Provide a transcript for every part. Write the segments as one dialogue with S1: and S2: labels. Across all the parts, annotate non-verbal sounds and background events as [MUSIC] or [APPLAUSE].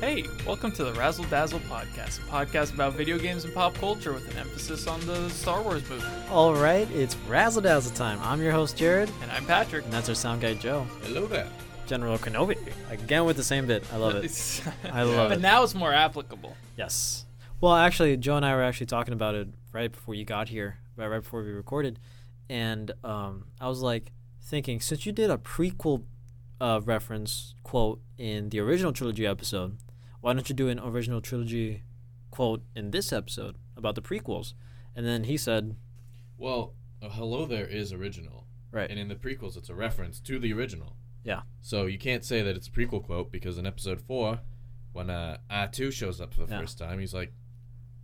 S1: Hey, welcome to the Razzle Dazzle Podcast, a podcast about video games and pop culture with an emphasis on the Star Wars movie.
S2: All right, it's Razzle Dazzle time. I'm your host, Jared,
S1: And I'm Patrick.
S2: and that's our sound guy, Joe.
S3: Hello there.
S2: General Kenobi. Again with the same bit. I love it. I
S1: [LAUGHS]
S2: love
S1: but
S2: it.
S1: now it's more applicable.
S2: Yes. Well, actually, Joe and I were actually talking about it right before you got here, right, right before we recorded. And um, I was like thinking, since you did a prequel uh, reference quote in the original trilogy episode, why don't you do an original trilogy quote in this episode about the prequels? And then he said,
S3: Well, uh, hello there is original,
S2: right.
S3: and in the prequels, it's a reference to the original.
S2: Yeah.
S3: So you can't say that it's a prequel quote because in episode four, when uh, R2 shows up for the
S2: Yeah.
S3: first time, he's like,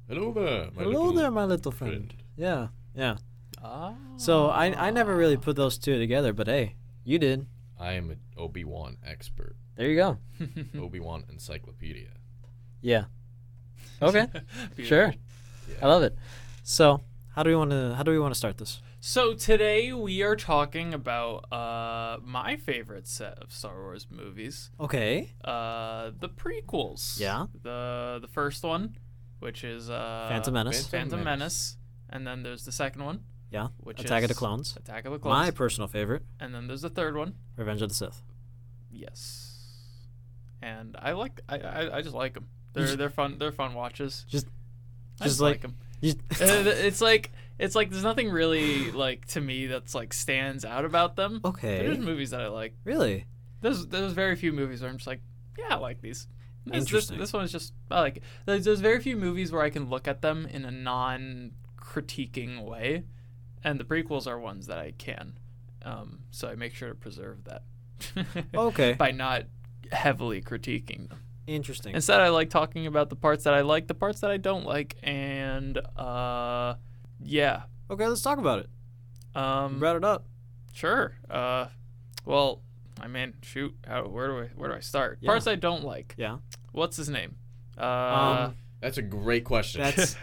S3: "Hello there, my
S2: Hello
S3: little
S2: there, my little friend.
S3: friend."
S2: Yeah, yeah.
S1: Ah.
S2: So I I never really put those two together, but hey, you did.
S3: I am an Obi Wan expert,
S2: There you go.
S3: Obi Wan encyclopedia.
S1: [LAUGHS]
S2: Yeah. Okay.
S1: Beautiful.
S2: sure. I love it. So how do we want to how do we want to start this?
S1: So today we are talking about uh, my favorite set of Star Wars movies,
S2: Okay.
S1: uh, the prequels.
S2: Yeah.
S1: The the first one, which is uh,
S2: Phantom Menace.
S3: Phantom
S1: Phantom Menace.
S3: Menace.
S1: and then there's the second one,
S2: yeah.
S1: which is
S2: Attack of the Clones.
S1: Attack of the Clones.
S2: My personal favorite,
S1: And then there's the third one.
S2: Revenge of
S1: [LAUGHS]
S2: the Sith.
S1: Yes. And I like I I, I just like them. They're they're fun. They're fun watches.
S2: Just-
S1: I
S2: just
S1: just like
S2: like-
S1: 'em. [LAUGHS]
S2: You-
S1: Uh, it's like it's like there's nothing really like to me that's like stands out about them. There's
S2: [LAUGHS] okay.
S1: movies that I like. [LAUGHS]
S2: Really?
S1: There's there's very few movies where I'm just like, yeah, I like these. This, this,
S2: Interesting.
S1: this one is just I like. It. There's, there's very few movies where I can look at them in a non-critiquing way, and the prequels are ones that I can. Um, so I make sure to preserve that.
S2: Okay.
S1: By not heavily critiquing them.
S2: Interesting.
S1: Instead, I like talking about the parts that I like, the parts that I don't like, and uh, yeah.
S2: Okay, let's talk about it. You
S1: Um,
S2: brought it up.
S1: Sure. Uh, well, I mean, shoot. How, where do I where do I start?
S2: Yeah.
S1: Parts I don't like.
S2: Yeah.
S1: What's his name? Uh, [LAUGHS]
S2: um,
S3: That's a great question. [LAUGHS]
S2: that's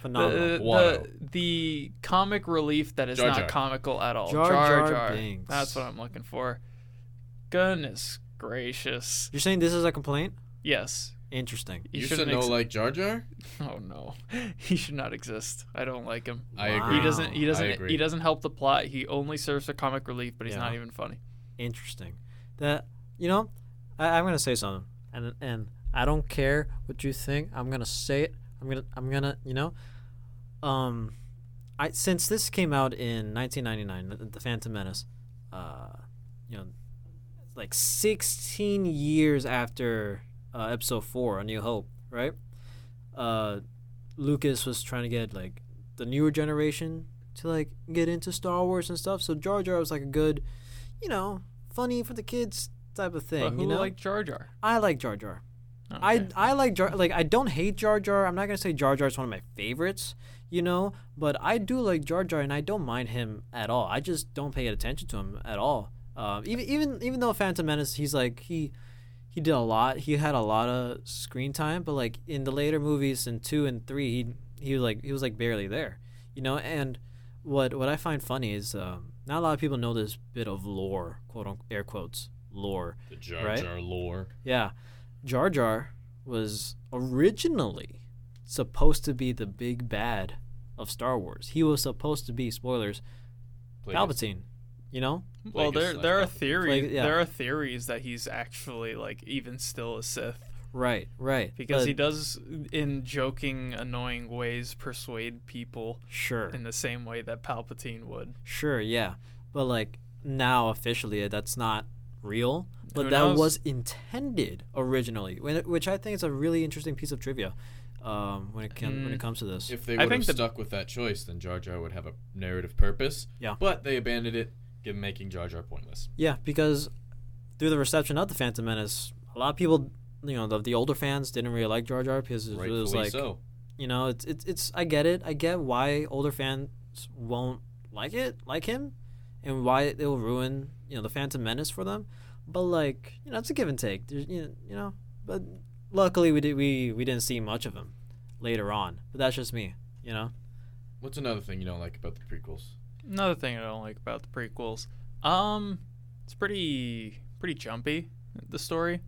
S2: phenomenal.
S1: the, the,
S3: Watto.
S1: the comic relief that is
S3: Jar
S1: not
S3: Jar.
S1: comical at all.
S2: Jar Jar Binks.
S1: That's what I'm looking for. Goodness gracious.
S2: You're saying this is a complaint?
S1: Yes.
S2: Interesting.
S1: He
S3: you should
S1: shouldn't
S3: know
S1: ex-
S3: like Jar Jar.
S1: Oh no. [LAUGHS] He should not exist. I don't like him.
S3: I
S2: Wow.
S3: agree.
S1: He doesn't he
S3: I
S1: doesn't
S3: agree.
S1: he doesn't help the plot. He only serves for comic relief, but he's
S2: Yeah.
S1: not even funny.
S2: interesting. That you know, I, I'm gonna say something, and and I don't care what you think. I'm gonna say it. I'm gonna I'm gonna you know, um, I since this came out in 1999, The- The Phantom Menace, uh, you know, like 16 years after uh, Episode Four, A New Hope, right? Uh, Lucas was trying to get like the newer generation to like get into Star Wars and stuff. So Jar Jar was like a good, you know, funny for the kids type of thing.
S1: But who
S2: you know,
S1: like Jar Jar?
S2: I like Jar Jar.
S1: Okay.
S2: I I like Jar like I don't hate Jar Jar. I'm not gonna say Jar Jar is one of my favorites, you know, but I do like Jar Jar and I don't mind him at all. I just don't pay attention to him at all. Um, even even even though Phantom Menace, he's like he he did a lot. He had a lot of screen time, but like in the later movies in two and three, he he was like he was like barely there, you know. And what what I find funny is um, not a lot of people know this bit of lore, quote unquote, air quotes lore.
S3: The Jar
S2: Right?
S3: Jar lore.
S2: Yeah. Jar Jar was originally supposed to be the big bad of Star Wars. He was supposed to be spoilers,
S3: Plagueis.
S2: Palpatine. You know?
S1: Well,
S3: Plagueis
S1: there
S3: slash
S1: there are
S3: Palpatine.
S1: theories.
S2: Plague- yeah.
S1: There are theories that he's actually like even still a Sith
S2: Right, right.
S1: because
S2: But-
S1: he does in joking, annoying ways persuade people
S2: Sure.
S1: in the same way that Palpatine would.
S2: Sure, yeah. But like now officially uh, that's not real, but
S1: Who
S2: that
S1: knows?
S2: was intended originally, when- which I think is a really interesting piece of trivia um, when it can,
S1: Mm.
S2: when it comes to this.
S3: If they
S1: I
S3: would have
S1: think the-
S3: stuck with that choice, then Jar Jar would have a narrative purpose.
S2: Yeah.
S3: But they abandoned it, give- making Jar Jar pointless.
S2: Yeah, because through the reception of the Phantom Menace, a lot of people, you know, the, the older fans didn't really like Jar Jar because it
S3: Rightfully
S2: was like,
S3: so.
S2: you know, it's it's it's. I get it. I get why older fans won't like it, like him, and why it will ruin, you know, the Phantom Menace for them. But like, you know, it's a give and take. There's, you know, you know. But luckily, we did we we didn't see much of him later on. But that's just me, you know.
S3: What's another thing you don't like about the prequels?
S1: Another thing I don't like about the prequels, um, it's pretty pretty jumpy. The story,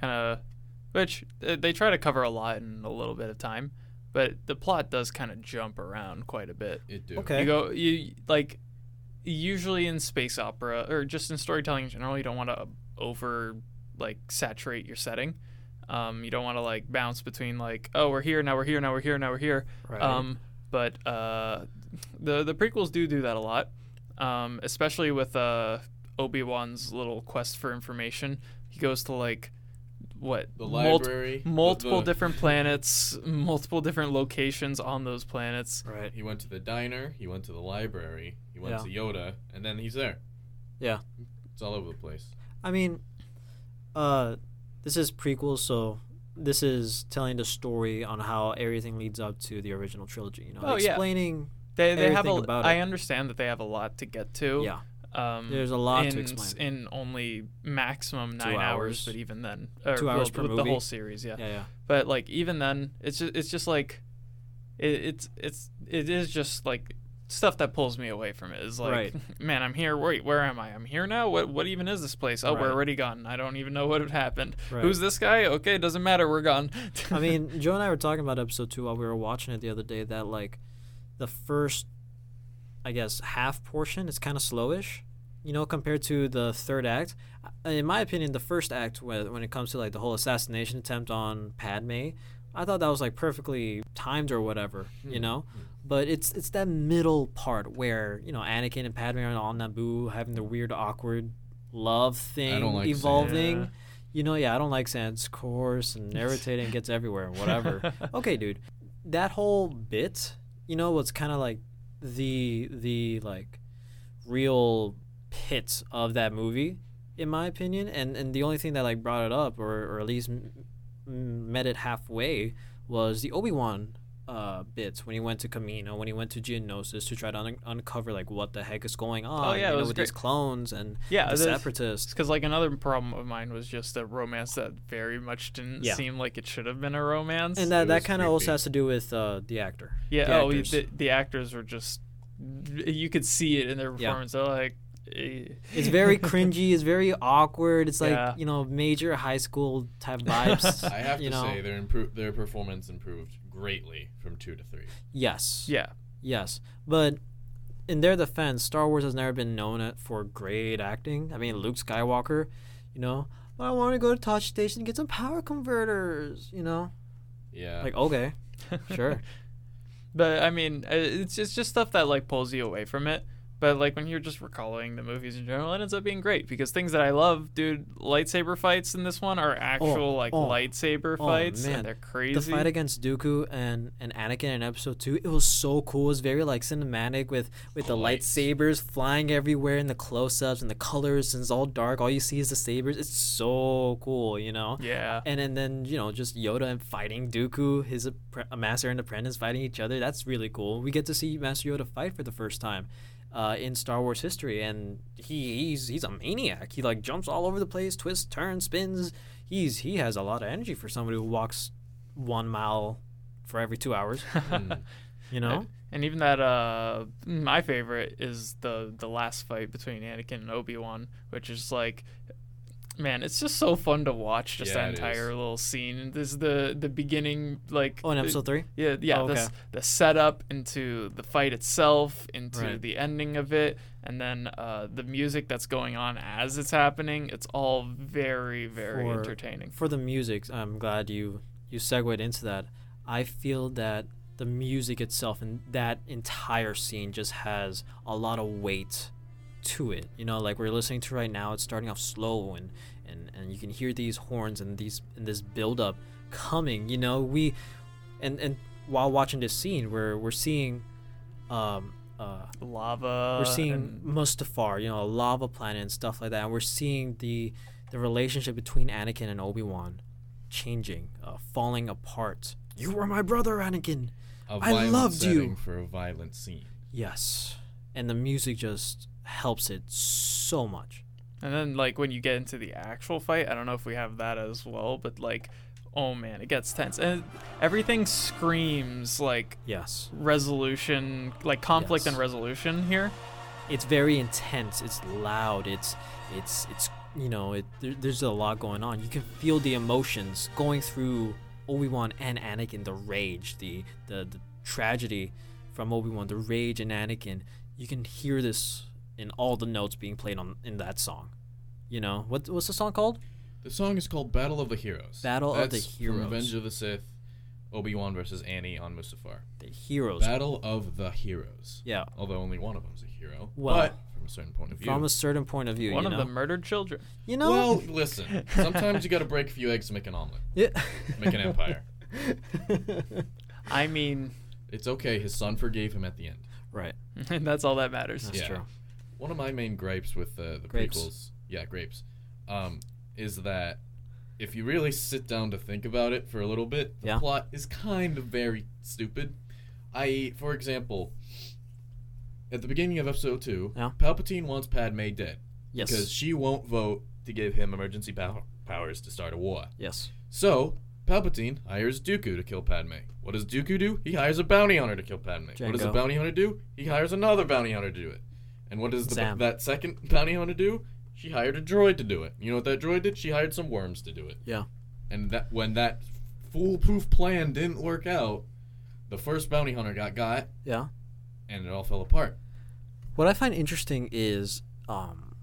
S1: kind of which uh, they try to cover a lot in a little bit of time, but the plot does kind of jump around quite a bit.
S3: It do.
S2: Okay.
S1: You go you like usually in space opera or just in storytelling in general, you don't want to over like saturate your setting. Um, you don't want to like bounce between like oh we're here now we're here now we're here now we're here.
S2: Right.
S1: Um, but uh, the the prequels do do that a lot, um, especially with uh, Obi Wan's little quest for information. He goes to like what
S3: The
S1: multi-
S3: library. the-
S1: multiple
S3: the-
S1: different planets, multiple different locations on those planets.
S2: right.
S3: He went to the diner. He went to the library. He went
S2: Yeah.
S3: to Yoda, and then he's there.
S2: Yeah.
S3: It's all over
S2: [LAUGHS]
S3: the place.
S2: I mean, uh, this is prequel, so this is telling the story on how everything leads up to the original trilogy. You know,
S1: Oh, yeah.
S2: explaining.
S1: They, they have a.
S2: Everything about
S1: I
S2: it.
S1: understand that they have a lot to get to.
S2: Yeah,
S1: Um,
S2: there's a lot
S1: in,
S2: to explain.
S1: in only maximum
S2: Two
S1: nine
S2: hours.
S1: hours, but even then, or,
S2: Two hours
S1: well,
S2: per
S1: with the
S2: movie.
S1: whole series, yeah.
S2: yeah, yeah.
S1: but like even then it's just it's just like it, it's it's it is just like stuff that pulls me away from it is like [LAUGHS] man i'm here wait where am i i'm here now what what even is this place oh
S2: Right.
S1: we're already gone i don't even know what had happened
S2: Right.
S1: who's this guy okay doesn't matter we're gone [LAUGHS]
S2: I mean, Joe and I were talking about episode two while we were watching it the other day. That like, the first, I guess, half portion is kind of slowish, you know, compared to the third act. Uh, In my opinion, the first act, when when it comes to like the whole assassination attempt on Padme, I thought that was like perfectly timed or whatever,
S3: Hmm.
S2: you know. But it's it's that middle part where you know Anakin and Padme are on Naboo having their weird awkward love thing
S3: don't like Sand.
S2: evolving.
S1: Yeah.
S2: You know, yeah, I don't like Sans coarse and irritating and gets everywhere,
S1: [LAUGHS]
S2: whatever. okay, dude. That whole bit, you know, was kind of like the the like real pit of that movie, in my opinion. And and the only thing that like brought it up, or or at least m- m- met it halfway, was the Obi Wan uh bits when he went to Camino, when he went to Geonosis to try to un- uncover like what the heck is going on.
S1: Oh, yeah,
S2: you
S1: it
S2: know,
S1: was
S2: with these
S1: great.
S2: clones and
S1: yeah
S2: the
S1: that's
S2: separatists.
S1: because like another problem of mine was just that romance that very much didn't
S2: Yeah.
S1: seem like it should have been a romance
S2: And
S3: It
S2: that, that
S3: was
S2: kind of also
S3: creepy.
S2: has to do with uh, the actor.
S1: Yeah.
S2: the
S1: oh,
S2: actors.
S1: the, the actors were just. You could see it in their
S2: Yeah.
S1: performance. They're like. eh.
S2: It's
S3: [LAUGHS]
S2: very cringy. It's very awkward. It's like
S1: Yeah.
S2: you know major high school
S3: [LAUGHS]
S2: type vibes.
S3: I have
S2: you
S3: to
S2: know?
S3: say their impro- their performance improved greatly from two to three.
S2: yes,
S1: Yeah.
S2: yes. But in their defense, Star Wars has never been known at, for great acting. I mean, Luke Skywalker, you know, I want to go to Tosh Station and get some power converters. You know,
S3: Yeah.
S2: like okay, sure,
S1: But I mean, uh, it's it's just stuff that like pulls you away from it. But like when you're just recalling the movies in general, it ends up being great because things that I love, dude, lightsaber fights in this one are actual like
S2: oh,
S1: lightsaber
S2: oh,
S1: fights,
S2: man.
S1: and they're
S2: the
S1: crazy.
S2: fight against Dooku and, and Anakin in episode two, it was so cool. It was very like cinematic with, with the
S3: Lights.
S2: lightsabers flying everywhere and the close ups and the colors and it's all dark. All you see is the sabers. It's so cool, you know? [LAUGHS]
S1: yeah. [LAUGHS]
S2: And, and then, you know, just Yoda and fighting Dooku, his appre- a master and apprentice fighting each other. That's really cool. We get to see Master Yoda fight for the first time. Uh, in Star Wars history, and he, he's he's a maniac. He like jumps all over the place, twists, turns, spins. He's he has a lot of energy for somebody who walks one mile for every two hours. [LAUGHS]
S3: Hmm.
S2: You know?
S1: And even that, uh, my favorite is the the last fight between Anakin and Obi Wan, which is like, man, it's just so fun to watch. Just
S3: Yeah,
S1: that
S3: it
S1: entire little scene. This is the the beginning, like.
S2: Oh, in
S1: the-
S2: episode three.
S1: yeah, yeah.
S2: Oh,
S1: the s- the setup into the fight itself, into
S2: Right.
S1: the ending of it, and then uh, the music that's going on as it's happening. It's all very, very
S2: For-
S1: entertaining.
S2: For the music, I'm glad you you segued into that. I feel that the music itself and that entire scene just has a lot of weight to it. You know, like we're listening to right now, it's starting off slow and and, and you can hear these horns and these and this build up coming, you know, we and and while watching this scene we're we're seeing um uh
S1: Lava.
S2: we're seeing
S1: and-
S2: Mustafar, you know, a lava planet and stuff like that. And we're seeing the the relationship between Anakin and Obi Wan changing, uh, falling apart. You were my brother, Anakin.
S3: A
S2: I
S3: violent
S2: loved you.
S3: setting for a violent scene.
S2: Yes, and the music just helps it so much.
S1: And then like when you get into the actual fight, I don't know if we have that as well, but like oh man, it gets tense. And everything screams like
S2: Yes,
S1: resolution, like conflict
S2: Yes.
S1: and resolution here.
S2: it's very intense. It's loud. It's it's it's you know, it, there, there's a lot going on. You can feel the emotions going through Obi Wan and Anakin, the rage, the the, the tragedy from Obi Wan, the rage in Anakin. You can hear this in all the notes being played on in that song. You know what? What's the song called?
S3: The song is called Battle of the Heroes.
S2: Battle of the
S3: That's from
S2: Heroes.
S3: Revenge of the Sith, Obi Wan versus Annie on Mustafar.
S2: The Heroes.
S3: Battle of the Heroes.
S2: yeah.
S3: Although only one of them's a hero.
S2: Well-
S3: but from a certain point of view.
S2: From a certain point of view,
S1: One
S2: you
S1: of
S2: know.
S1: the murdered children.
S2: You know.
S3: Well, listen. Sometimes you got to break a few eggs to make an omelet,
S2: yeah. [LAUGHS]
S3: make an empire.
S1: I mean, [LAUGHS]
S3: It's okay. His son forgave him at the end.
S2: right.
S1: that's all that matters.
S2: That's
S3: Yeah.
S2: true.
S3: One of my main gripes with uh, the
S2: Grapes.
S3: prequels, yeah, grapes, um, is that if you really sit down to think about it for a little bit, the
S2: Yeah.
S3: plot is kind of very stupid. I, for example, at the beginning of episode two,
S2: Yeah.
S3: Palpatine wants Padme dead
S2: Yes.
S3: because she won't vote to give him emergency pow- powers to start a war.
S2: yes.
S3: So Palpatine hires Dooku to kill Padme. What does Dooku do? He hires a bounty hunter to kill Padme. What does a
S2: Jango.
S3: bounty hunter do? He hires another bounty hunter to do it. And what does the,
S2: Zam.
S3: that second bounty hunter do? She hired a droid to do it. You know what that droid did? She hired some worms to do it.
S2: Yeah.
S3: And that when that foolproof plan didn't work out, the first bounty hunter got got,
S2: Yeah.
S3: and it all fell apart.
S2: What I find interesting is, um,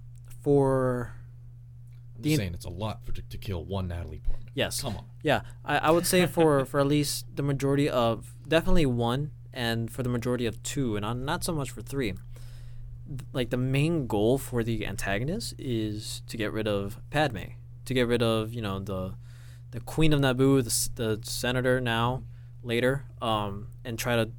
S2: for
S3: I'm
S2: The
S3: just
S2: in-
S3: saying it's a lot for to, to kill one Natalie Portman.
S2: Yes.
S3: Come on.
S2: yeah, I, I would say
S3: [LAUGHS]
S2: for for at least the majority of definitely one, and for the majority of two, and on, not so much for three. th- Like the main goal for the antagonist is to get rid of Padme, to get rid of you know the the Queen of Naboo, the, s- the senator now, later, um, and try to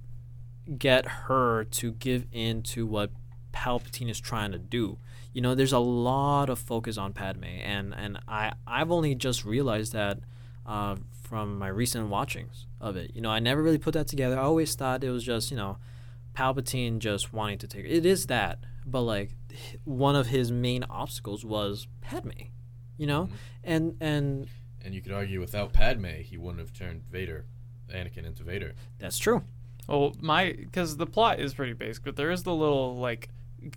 S2: get her to give in to what Palpatine is trying to do. You know, there's a lot of focus on Padme, and and I I've only just realized that uh, from my recent watchings of it. You know, I never really put that together. I always thought it was just you know Palpatine just wanting to take. It is that, but like h- one of his main obstacles was Padme. You know, and and
S3: And you could argue without Padme, he wouldn't have turned Vader, Anakin into Vader.
S2: that's true.
S1: Well, my because the plot is pretty basic, but there is the little like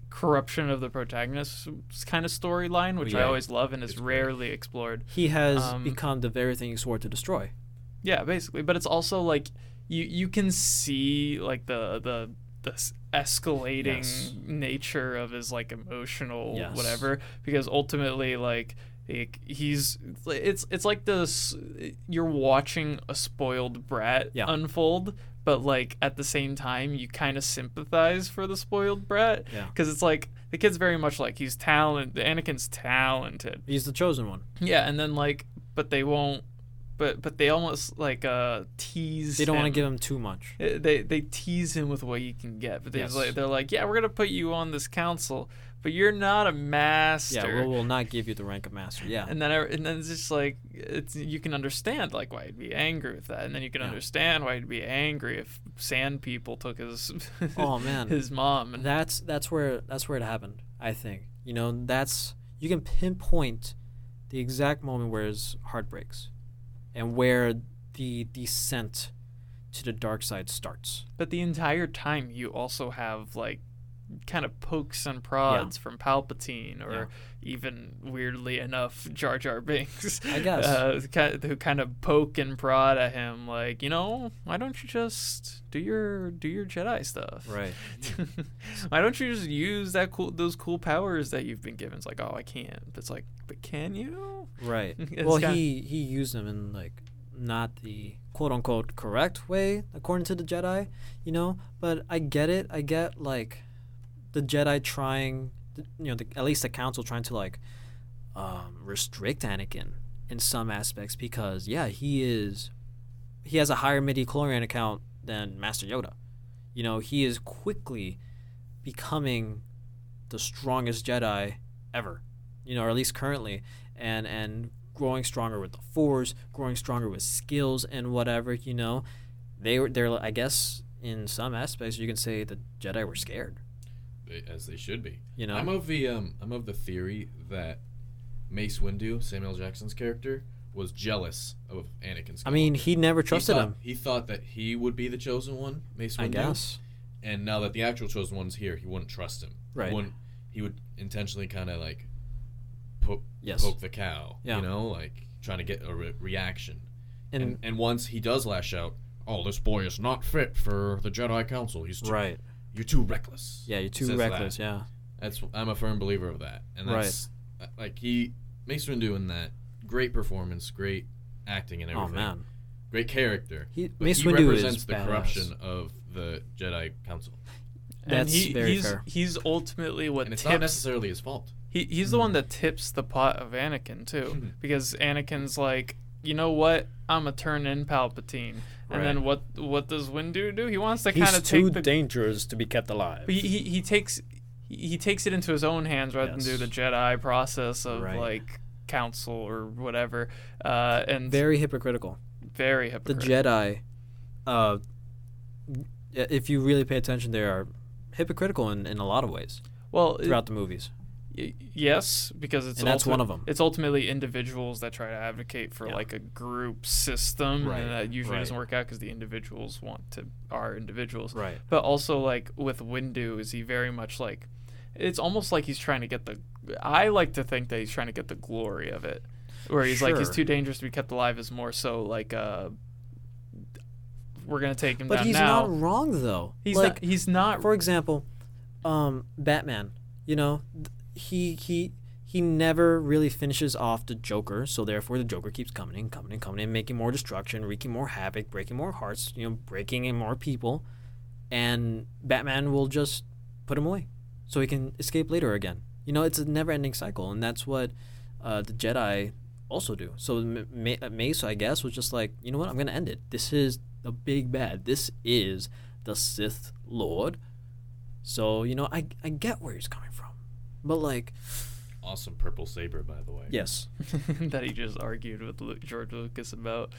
S1: corruption of the protagonist kind of storyline, which I
S3: Yeah.
S1: always love and is
S3: It's great.
S1: rarely explored.
S2: He has
S1: Um,
S2: become the very thing he swore to destroy.
S1: Yeah, basically, but it's also like you you can see like the the the s- escalating
S2: Yes.
S1: nature of his like emotional
S2: Yes.
S1: whatever because ultimately like like, he's it's it's like this you're watching a spoiled brat
S2: Yeah.
S1: unfold but like at the same time you kind of sympathize for the spoiled brat
S2: Yeah.
S1: because it's like the kid's very much like he's talent Anakin's talented
S2: He's the chosen one.
S1: yeah, and then like, but they won't. But but they almost like uh tease.
S2: They don't want to
S1: him.
S2: give him too much.
S1: Uh, They they tease him with what you can get, but they're
S2: Yes.
S1: like they're like, yeah, we're gonna put you on this council, but you're not a master.
S2: Yeah, we'll, we'll not give you the rank of master. Yeah, [LAUGHS]
S1: And then I, and then it's just like it's you can understand like why he'd be angry with that, and then you can
S2: Yeah.
S1: understand why he'd be angry if sand people took his
S2: Oh,
S1: [LAUGHS]
S2: man.
S1: his mom and
S2: that's that's where that's where it happened. I think you know that's you can pinpoint the exact moment where his heart breaks, and where the descent to the dark side starts.
S1: But the entire time, you also have like kind of pokes and prods from Palpatine, or
S2: Yeah.
S1: even weirdly enough, Jar Jar Binks.
S2: [LAUGHS] I guess.
S1: uh, ki- who kind of poke and prod at him, like you know, why don't you just do your do your Jedi stuff?
S2: Right.
S1: [LAUGHS] why don't you just use that cool those cool powers that you've been given? It's like, oh, I can't. It's like, but can you?
S2: Right.
S1: It's
S2: well,
S1: kinda-
S2: he he used them in like not the quote unquote correct way according to the Jedi, you know. But I get it. I get like the Jedi trying, th- you know, the, at least the Council trying to like um, restrict Anakin in some aspects because yeah, he is he has a higher midi chlorian account than Master Yoda. You know, he is quickly becoming the strongest Jedi ever. You know, or at least currently and and growing stronger with the force, growing stronger with skills and whatever, you know. They were they're I guess in some aspects you can say the Jedi were scared,
S3: They- eh, as they should be.
S2: you know.
S3: I'm of the um, I'm of the theory that Mace Windu, Samuel Jackson's character, was jealous of Anakin. Skywalker.
S2: I mean, he never
S3: He
S2: trusted
S3: thought-
S2: him,
S3: He thought that he would be the chosen one, Mace Windu.
S2: I guess.
S3: And now that the actual chosen one's here, he wouldn't trust him. He
S2: Right.
S3: wouldn't. He would intentionally kind of like put
S2: Yes.
S3: poke the cow.
S2: Yeah.
S3: You know, like trying to get a re- reaction.
S2: and,
S3: and and once he does lash out, oh, this boy is not fit for the Jedi Council. He's too,
S2: right.
S3: You're too reckless.
S2: Yeah, you're
S3: It
S2: too
S3: says that.
S2: reckless. Yeah.
S3: That's I'm a firm believer of that. And
S2: Right.
S3: that's uh, like he Mace Windu in that great performance, great acting and
S2: Oh
S3: everything.
S2: man.
S3: Great character.
S2: He,
S3: But
S2: Mace
S3: he
S2: Windu
S3: represents
S2: is
S3: the
S2: badass.
S3: corruption of the Jedi Council.
S2: That's
S1: and he,
S2: very
S1: he's,
S2: fair.
S1: He's ultimately what
S3: and it's not
S1: tips.
S3: necessarily his fault.
S1: He, he's the one that tips the pot of Anakin too, because Anakin's like, you know what? I'm a turn in Palpatine, and then
S3: Right.
S1: what? What does Windu do? He wants to kind
S4: He's
S1: of
S4: too
S1: take the.
S4: dangerous to be kept alive.
S1: but he, he he takes he he takes it into his own hands rather than do
S4: Yes.
S1: the Jedi process of
S2: Right.
S1: like council or whatever, uh, and very,
S2: Very hypocritical.
S1: very
S2: The
S1: hypocritical.
S2: Jedi, uh, if you really pay attention, they are hypocritical in, in a lot of ways
S1: well,
S4: Uh,
S1: it-
S2: throughout the movies.
S1: y- yes, because it's
S2: And that's
S1: ulti-
S2: one of 'em.
S1: It's ultimately individuals that try to advocate for
S2: Yeah.
S1: like a group system,
S3: Right,
S1: and that usually
S2: right.
S1: doesn't work out because the individuals want to are individuals.
S2: Right.
S1: But also like with Windu, is he very much like? It's almost like he's trying to get the. I like to think that he's trying to get the glory of it, where he's like he's
S2: Sure.
S1: too dangerous to be kept alive is more so like uh. We're gonna take him
S2: But
S1: down
S2: he's
S1: now.
S2: not wrong though.
S1: he's
S2: like,
S1: not. He's not.
S2: for example, um, Batman. You know, th- he he he never really finishes off the Joker, so therefore the Joker keeps coming and coming and coming and making more destruction, wreaking more havoc, breaking more hearts. You know, breaking in more people, and Batman will just put him away, so he can escape later again. You know, it's a never-ending cycle, and that's what uh, the Jedi also do. So M- Ma- uh, Mace, I guess, was just like, you know what, I'm gonna end it. This is the big bad. This is the Sith Lord. So you know, I I get where he's coming from, but like,
S3: Awesome purple saber, by the way.
S2: yes,
S1: [LAUGHS] that he just argued with Lu George Lucas about.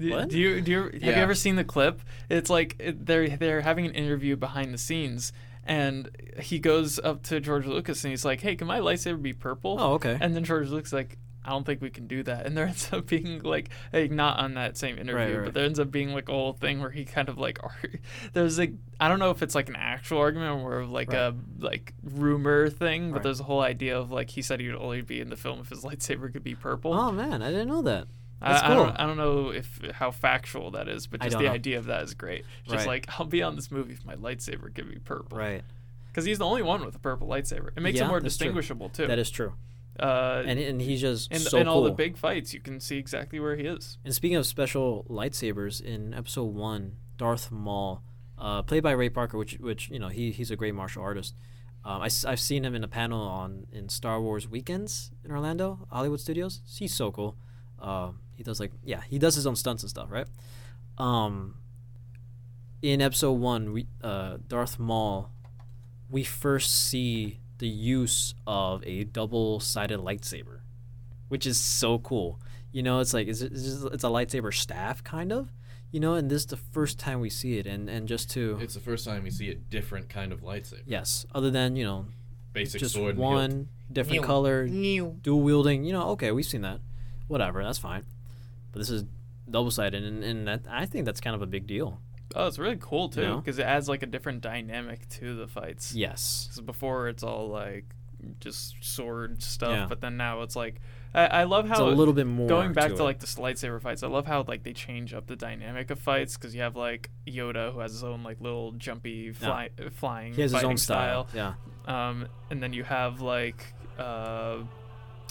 S1: Do,
S2: What?
S1: do you do you, have you
S3: Yeah.
S1: ever seen the clip? It's like it, they're they're having an interview behind the scenes, and he goes up to George Lucas and he's like, "Hey, can my lightsaber be purple?"
S2: Oh, okay.
S1: And then George Lucas is like. I don't think we can do that, and there ends up being like, like not on that same interview, but
S2: right.
S1: there ends up being like a whole thing where he kind of like, [LAUGHS] ar- there's like, I don't know if it's like an actual argument or like a like rumor thing, but there's a whole idea of like he said he would only be in the film if his lightsaber could be purple.
S2: Oh man, I didn't know that.
S1: I,
S2: That's
S1: I
S2: cool.
S1: don't, I don't know if how factual that is, but
S2: I
S1: just
S2: don't
S1: the
S2: know.
S1: idea of that is great. Just
S2: Right.
S1: like I'll be on this movie if my lightsaber can be purple,
S2: Right.
S1: Because he's the only one with a purple lightsaber. It makes
S2: Yeah,
S1: him more
S2: that's true.
S1: distinguishable too.
S2: That is true.
S1: uh,
S2: And and he's just
S1: in,
S2: so
S1: in all the
S2: cool.
S1: big fights, you can see exactly where he is.
S2: And speaking of special lightsabers, in episode one, Darth Maul, uh, played by Ray Parker, which which you know he he's a great martial artist. Um, I, have seen him in a panel on in Star Wars weekends in Orlando, Hollywood Studios. He's so cool. Um, he does like yeah, he does his own stunts and stuff, right? Um, in episode one, we uh, Darth Maul, we first see the use of a double-sided lightsaber, which is so cool. You know, it's like it's, it's, just, it's a lightsaber staff kind of, you know, and this is the first time we see it, and and just to
S3: It's the first time we see a different kind of lightsaber.
S2: yes, other than you know
S3: Basic
S2: just
S3: sword. and hilt.
S2: one different color, dual wielding. You know, okay, we've seen that. Whatever, that's fine. But this is double sided, and, and that, I think that's kind of a big deal.
S1: Oh, it's really cool too,
S2: No.
S1: because it adds like a different dynamic to the fights.
S2: Yes.
S1: 'Cause before it's all like just sword stuff,
S2: Yeah.
S1: but then now it's like I, I love how
S2: It's a
S1: it-
S2: little bit more
S1: going back to,
S2: it.
S1: like the lightsaber fights i love how like they change up the dynamic of fights because you have like yoda who has his own like little jumpy fly- flying
S2: he has his
S1: fighting
S2: own style. Yeah.
S1: um and then you have like uh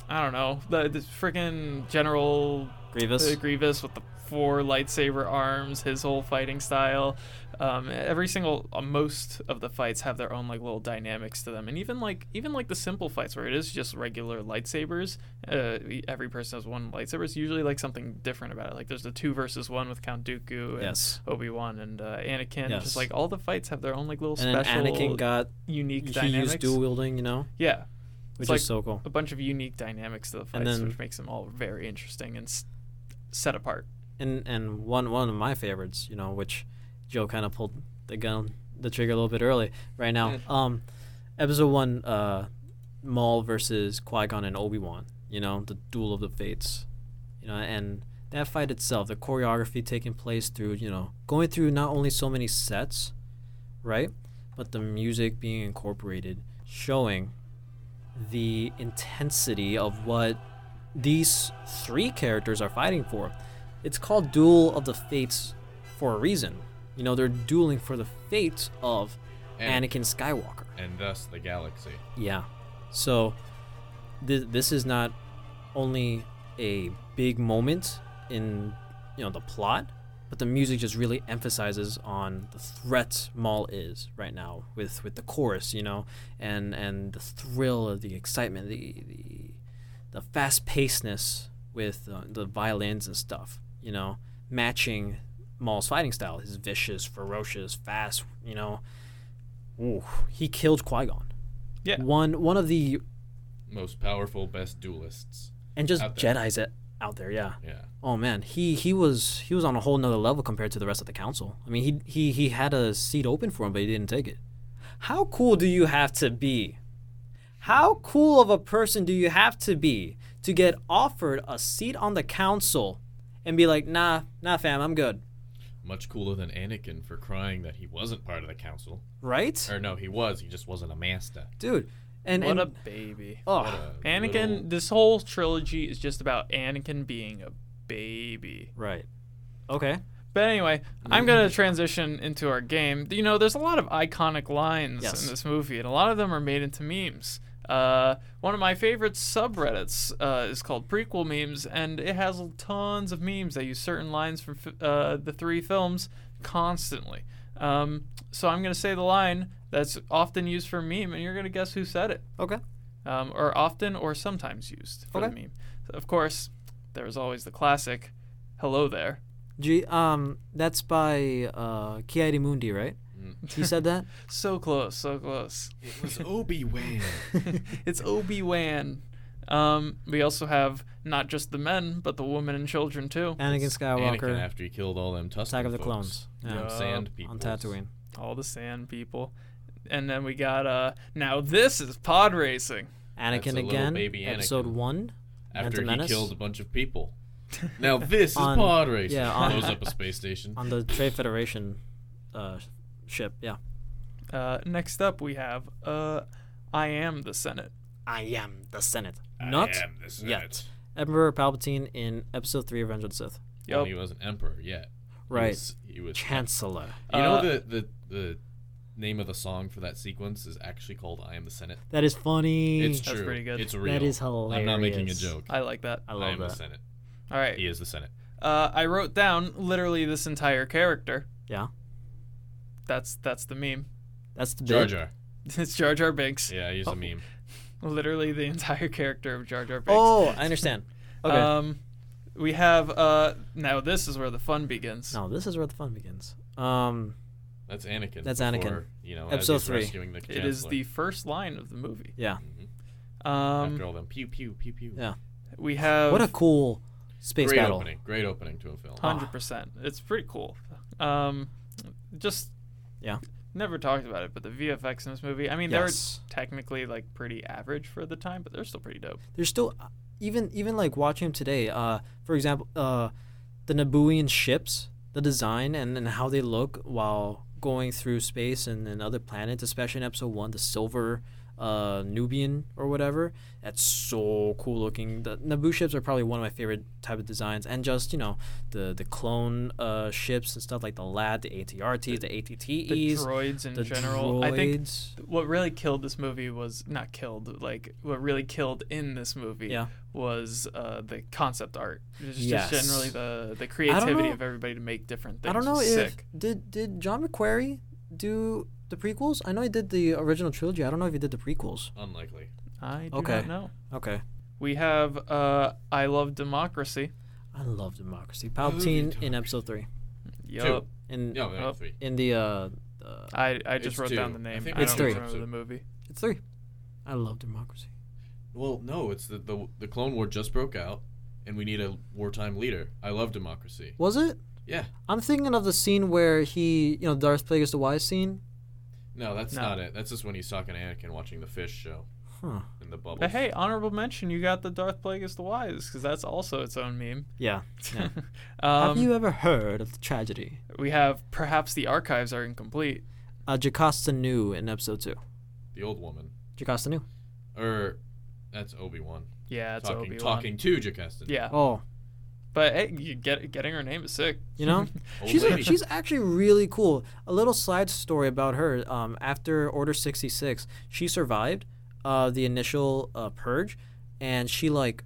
S1: i don't know the, this freaking general
S2: Grievous.
S1: uh, grievous with the four lightsaber arms his whole fighting style um, every single uh, most of the fights have their own like little dynamics to them and even like even like the simple fights where it is just regular lightsabers uh, e- every person has one lightsaber it's usually like something different about it like there's the two versus one with count dooku and
S2: Yes.
S1: obi-wan and uh, anakin
S2: Yes.
S1: just like all the fights have their own like little
S2: And then
S1: special
S2: Anakin got
S1: unique
S2: he
S1: dynamics
S2: used dual wielding. You know,
S1: yeah
S2: which
S1: like-
S2: is so cool.
S1: a bunch of unique dynamics to the
S2: And
S1: fights
S2: then-
S1: which makes them all very interesting and s- set apart
S2: and and one one of my favorites, you know, which Joe kind of pulled the gun, the trigger a little bit early right now. Um, episode one, uh, Maul versus Qui Gon and Obi Wan. You know, the duel of the fates. You know, and that fight itself, the choreography taking place through, you know, going through not only so many sets, right, but the music being incorporated, showing the intensity of what these three characters are fighting for. It's called Duel of the Fates for a reason. You know, they're dueling for the fates of
S3: And-
S2: Anakin Skywalker.
S3: and thus the galaxy.
S2: Yeah. So th- this is not only a big moment in you know the plot, but the music just really emphasizes on the threat Maul is right now with with the chorus, you know, and and the thrill of the excitement, the the, the fast pacedness with uh, the violins and stuff, you know, matching Maul's fighting style, his vicious, ferocious, fast, you know. Ooh, he killed Qui Gon
S1: Yeah.
S2: one one of the
S3: Most powerful, best duelists.
S2: and just
S3: Out there.
S2: Jedi's at, out there, yeah.
S3: Yeah.
S2: Oh man, he he was he was on a whole nother level compared to the rest of the council. I mean, he he he had a seat open for him, but he didn't take it. How cool do you have to be? How cool of a person do you have to be to get offered a seat on the council and be like, "Nah, nah, fam, I'm good."
S3: Much cooler than Anakin for crying that he wasn't part of the council.
S2: Right?
S3: Or no, he was. He just wasn't a master.
S2: Dude. And
S1: what
S2: and,
S1: a baby.
S2: oh,
S3: What a
S1: Anakin.
S3: little-
S1: This whole trilogy is just about Anakin being a baby.
S2: right. Okay.
S1: But anyway, I'm going to transition into our game. You know, there's a lot of iconic lines
S2: Yes.
S1: in this movie, and a lot of them are made into memes. Uh, one of my favorite subreddits uh, is called Prequel Memes, and it has tons of memes that use certain lines from fi- uh, the three films constantly. Um, so I'm going to say the line that's often used for a meme, and you're going to guess who said it,
S2: Okay.
S1: um, or often or sometimes used for the
S2: Okay.
S1: meme. Of course, there's always the classic, hello there.
S2: G um that's by uh Kiadi Mundi, right?
S3: Mm.
S2: He said
S3: [LAUGHS]
S2: that?
S1: So close, so close.
S3: It was Obi [LAUGHS] Wan.
S1: it's Obi Wan. Um, we also have not just the men, but the women and children too.
S2: Anakin
S3: Anakin
S2: Skywalker,
S3: after he killed all them Tusken
S2: Attack of the
S3: folks.
S2: Clones. Yeah.
S3: Them
S1: Yeah.
S3: Sand people.
S2: on Tatooine.
S1: All the sand people, and then we got uh. Now this is pod racing.
S3: That's a
S2: Anakin
S3: little
S2: again,
S3: baby
S2: episode
S3: Anakin.
S2: one.
S3: After
S2: Phantom
S3: he
S2: Menace.
S3: killed a bunch of
S2: [LAUGHS]
S3: people. Now this
S2: On-
S3: is pod racing.
S2: yeah, on-
S3: Blows
S2: [LAUGHS]
S3: up a space station.
S2: on the Trade Federation uh, ship. Yeah,
S1: Uh, next up we have uh, I am the Senate.
S2: I am the Senate.
S3: I
S2: Not
S3: am the Senate.
S2: yet. Emperor Palpatine in episode three, of Revenge of the Sith.
S1: Yup.
S3: Well, he wasn't emperor yet. He
S2: Right,
S3: was- He was.
S2: Chancellor.
S3: you
S1: Uh,
S3: know the, the the name of the song for that sequence is actually called "I Am the Senate."
S2: That is funny.
S3: It's true.
S1: That's pretty good.
S3: It's real.
S2: is
S3: I'm not making a
S2: hilarious.
S3: joke.
S1: I like that.
S2: I
S3: I,
S2: love
S3: am the
S2: that.
S3: Senate.
S1: All right.
S3: He is the Senate.
S1: Uh, I wrote down literally this entire character.
S2: Yeah,
S1: That's that's the meme.
S2: that's the
S3: Jar
S2: bit.
S3: Jar.
S1: [LAUGHS] it's Jar Jar Binks.
S3: Yeah, I
S2: Oh.
S3: use a meme.
S1: Literally the entire character of Jar Jar Binks.
S2: Oh, I understand. Okay.
S3: Uh,
S1: Um, we have uh, now this is where the fun begins.
S2: no, this is where the fun begins. Um,
S3: That's Anakin.
S2: That's Anakin.
S3: before, You know,
S2: Episode
S3: as he's
S2: three.
S3: rescuing The
S1: It is
S3: Chancellor.
S1: the first line of the movie.
S2: yeah,
S3: Mhm. After
S1: Um,
S3: all them pew pew pew pew.
S2: yeah.
S1: we have
S2: What a cool space
S3: Great
S2: battle.
S3: opening. Great opening to a film.
S1: hundred percent. It's pretty cool. Um, just
S2: Yeah.
S1: never talked about it, but the VFX in this movie. I mean,
S2: Yes.
S1: they're technically like pretty average for the time, but they're still pretty dope.
S2: there's still even even like watching him today uh for example uh the nabooian ships the design and, and how they look while going through space and, and other planets especially in episode one the silver uh nubian or whatever that's so cool looking the naboo ships are probably one of my favorite type of designs and just you know the the clone uh ships and stuff like the lad the atrt the attes
S1: The droids in
S2: the
S1: general. I think
S2: droids.
S1: what really killed this movie was not killed. Like what really killed in this movie
S2: Yeah.
S1: was uh, the concept art. Just,
S2: Yes.
S1: just generally the the creativity
S2: know-
S1: of everybody to make different things.
S2: I don't know
S1: was
S2: if
S1: sick.
S2: did did John McQuarrie do the prequels? I know he did the original trilogy. I don't know if he did the prequels.
S3: Unlikely.
S1: I do
S2: Okay.
S1: not know.
S2: Okay.
S1: We have uh, I Love Democracy.
S2: I love democracy.
S3: love
S2: Palpatine in
S3: democracy.
S2: episode three.
S1: Yup.
S2: In
S3: No, no,
S1: Oh.
S3: three.
S2: in the uh, uh
S1: I, I just
S3: It's
S1: wrote
S3: two.
S1: down the
S3: I
S1: name.
S3: think
S1: I
S2: it's
S1: don't
S2: three.
S1: remember the movie.
S2: it's three. I love democracy.
S3: Well, no, it's the, the the Clone War just broke out, and we need a wartime leader. I love democracy.
S2: Was it?
S3: Yeah.
S2: I'm thinking of the scene where he, you know, Darth Plagueis the Wise scene.
S3: No, that's
S1: No.
S3: not it. That's just when he's talking to Anakin, watching the fish show
S2: Huh.
S3: in the bubble.
S1: But hey, honorable mention, you got the Darth Plagueis the Wise because that's also its own meme.
S2: Yeah. yeah.
S1: [LAUGHS]
S2: Have
S1: Um,
S2: you ever heard of the tragedy?
S1: We have perhaps the archives are incomplete.
S2: Uh, Jocasta Nu in episode two.
S3: The old woman,
S2: Jocasta Nu.
S3: or that's Obi Wan.
S1: Yeah, it's
S3: talking,
S1: Obi Wan.
S3: talking to Jocasta.
S1: Yeah,
S2: Oh,
S1: but hey, you get getting her name is sick.
S2: you know,
S3: Old
S2: she's
S3: lady.
S2: she's actually really cool. A little side story about her. Um, after Order sixty six, she survived uh, the initial uh, purge, and she like